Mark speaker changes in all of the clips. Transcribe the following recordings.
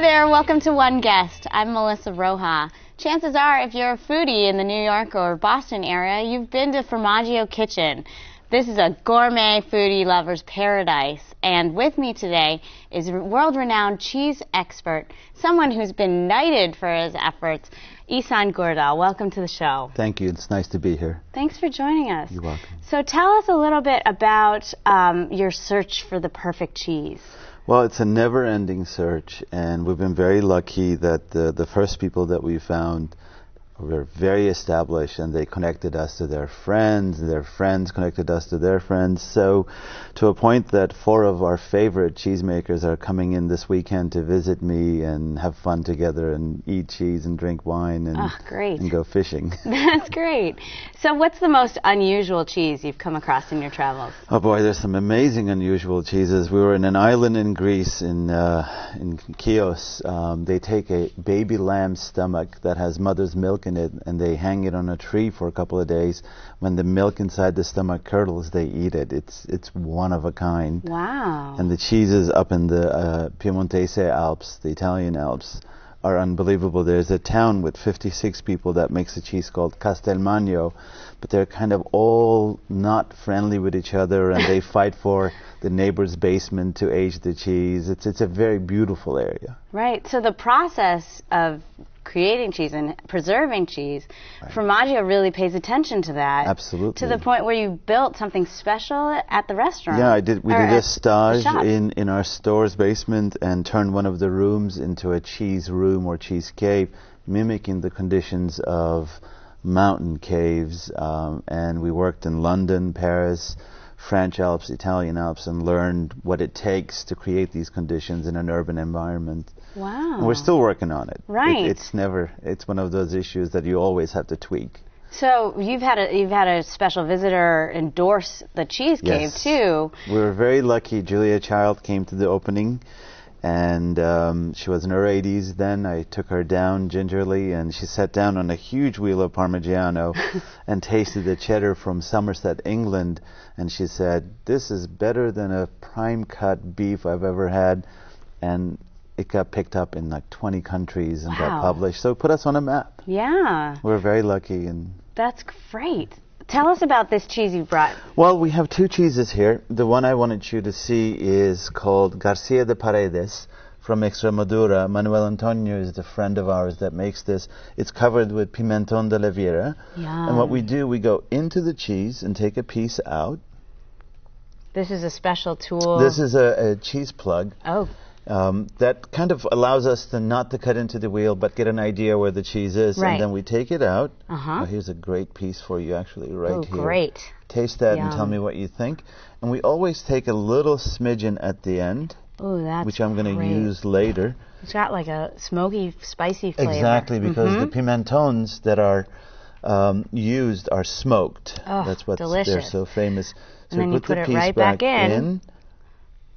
Speaker 1: there, welcome to One Guest. I'm Melissa Roja. Chances are, if you're a foodie in the New York or Boston area, you've been to Formaggio Kitchen. This is a gourmet foodie lover's paradise. And with me today is world renowned cheese expert, someone who's been knighted for his efforts, Isan Gurdal. Welcome to the show.
Speaker 2: Thank you. It's nice to be here.
Speaker 1: Thanks for joining us.
Speaker 2: You're welcome.
Speaker 1: So tell us a little bit about um, your search for the perfect cheese.
Speaker 2: Well, it's a never ending search, and we've been very lucky that the, the first people that we found were very established and they connected us to their friends, and their friends connected us to their friends. So, to a point that four of our favorite cheesemakers are coming in this weekend to visit me and have fun together and eat cheese and drink wine and,
Speaker 1: Oh, great.
Speaker 2: and go fishing.
Speaker 1: That's great. So, what's the most unusual cheese you've come across in your travels?
Speaker 2: Oh boy, there's some amazing, unusual cheeses. We were in an island in Greece, in uh, in Chios. Um, they take a baby lamb stomach that has mother's milk in it, and they hang it on a tree for a couple of days. When the milk inside the stomach curdles, they eat it. It's it's one of a kind.
Speaker 1: Wow.
Speaker 2: And the cheeses up in the uh, Piemontese Alps, the Italian Alps, are unbelievable. There's a town with 56 people that makes a cheese called Castelmagno, but they're kind of all not friendly with each other, and they fight for the neighbor's basement to age the cheese. It's it's a very beautiful area.
Speaker 1: Right. So, the process of creating cheese and preserving cheese, Formaggio really pays attention to that.
Speaker 2: Absolutely.
Speaker 1: To the point where you built something special at the restaurant.
Speaker 2: Yeah, I did. We
Speaker 1: or uh,
Speaker 2: did
Speaker 1: at
Speaker 2: a
Speaker 1: the
Speaker 2: stage
Speaker 1: shop.
Speaker 2: in in our store's basement and turned one of the rooms into a cheese room or cheese cave, mimicking the conditions of mountain caves. Um, and we worked in London, Paris. French Alps, Italian Alps, and learned what it takes to create these conditions in an urban environment.
Speaker 1: Wow.
Speaker 2: And we're still working on it. It-
Speaker 1: Right.
Speaker 2: it's never. It's one of those issues that you always have to tweak.
Speaker 1: So you've had a you've had a special visitor endorse the cheese cave
Speaker 2: Yes.
Speaker 1: too.
Speaker 2: We were very lucky. Julia Child came to the opening, and um, she was in her 80s then. I took her down gingerly, and she sat down on a huge wheel of Parmigiano and tasted the cheddar from Somerset, England. And she said, This is better than a prime cut beef I've ever had. And it got picked up in like 20 countries and
Speaker 1: Wow.
Speaker 2: got published. So it put us on a map.
Speaker 1: Yeah,
Speaker 2: We're very lucky. and
Speaker 1: that's great. Tell us about this cheese you brought.
Speaker 2: well, we have two cheeses here. The one I wanted you to see is called Garcia de Paredes from Extremadura. Manuel Antonio is the friend of ours that makes this. It's covered with pimenton de la Viera. And what we do, we go into the cheese and take a piece out.
Speaker 1: This is a special tool.
Speaker 2: This is a, a cheese plug.
Speaker 1: oh,
Speaker 2: Um, that kind of allows us to not to cut into the wheel, but get an idea where the cheese is,
Speaker 1: Right.
Speaker 2: and then we take it out.
Speaker 1: Uh-huh.
Speaker 2: Oh, here's a great piece for you, actually, right
Speaker 1: oh,
Speaker 2: here.
Speaker 1: great.
Speaker 2: taste that and tell
Speaker 1: Yum.
Speaker 2: me what you think. And we always take a little smidgen at the end,
Speaker 1: Oh, that's
Speaker 2: which I'm going to
Speaker 1: great.
Speaker 2: use later.
Speaker 1: It's got like a smoky, spicy flavor. Mm-hmm.
Speaker 2: Exactly, because the pimentons that are um, used are smoked.
Speaker 1: Oh,
Speaker 2: That's what they're
Speaker 1: delicious.
Speaker 2: so famous. So
Speaker 1: And then
Speaker 2: we
Speaker 1: you
Speaker 2: put
Speaker 1: put
Speaker 2: the
Speaker 1: it
Speaker 2: piece
Speaker 1: right back in.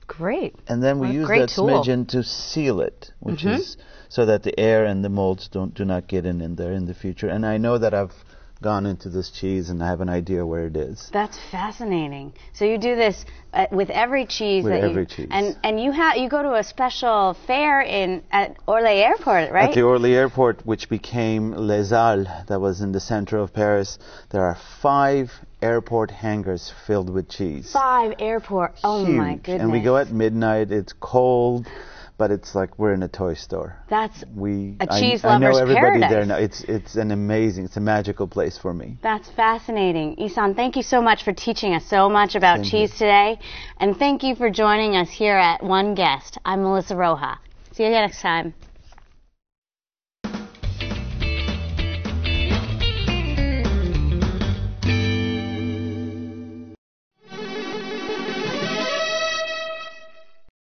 Speaker 1: Great.
Speaker 2: and then we
Speaker 1: What a
Speaker 2: use
Speaker 1: great
Speaker 2: that
Speaker 1: tool. Mm-hmm.
Speaker 2: smidgen to seal it, which is so that the air and the molds don't do not get in in there in the future. And I know that I've gone into this cheese and I have an idea where it is.
Speaker 1: That's fascinating. So you do this uh, with every cheese
Speaker 2: With
Speaker 1: that you-
Speaker 2: every cheese.
Speaker 1: and and you have you go to a special fair in at Orly Airport, right?
Speaker 2: At the Orly Airport, which became Les Halles, that was in the center of Paris, there are five airport hangars filled with cheese.
Speaker 1: Five airport. Oh my
Speaker 2: Huge.
Speaker 1: goodness.
Speaker 2: And we go at midnight, it's cold, but it's like we're in a toy store.
Speaker 1: That's
Speaker 2: We
Speaker 1: A
Speaker 2: I-
Speaker 1: cheese
Speaker 2: I, know
Speaker 1: lover's
Speaker 2: everybody there
Speaker 1: paradise.
Speaker 2: now. It's it's an amazing, it's a magical place for me.
Speaker 1: that's fascinating. Isan, thank you so much for teaching us so much about cheese today. And thank you for joining us here at One Guest. I'm Melissa Roja. See you next time.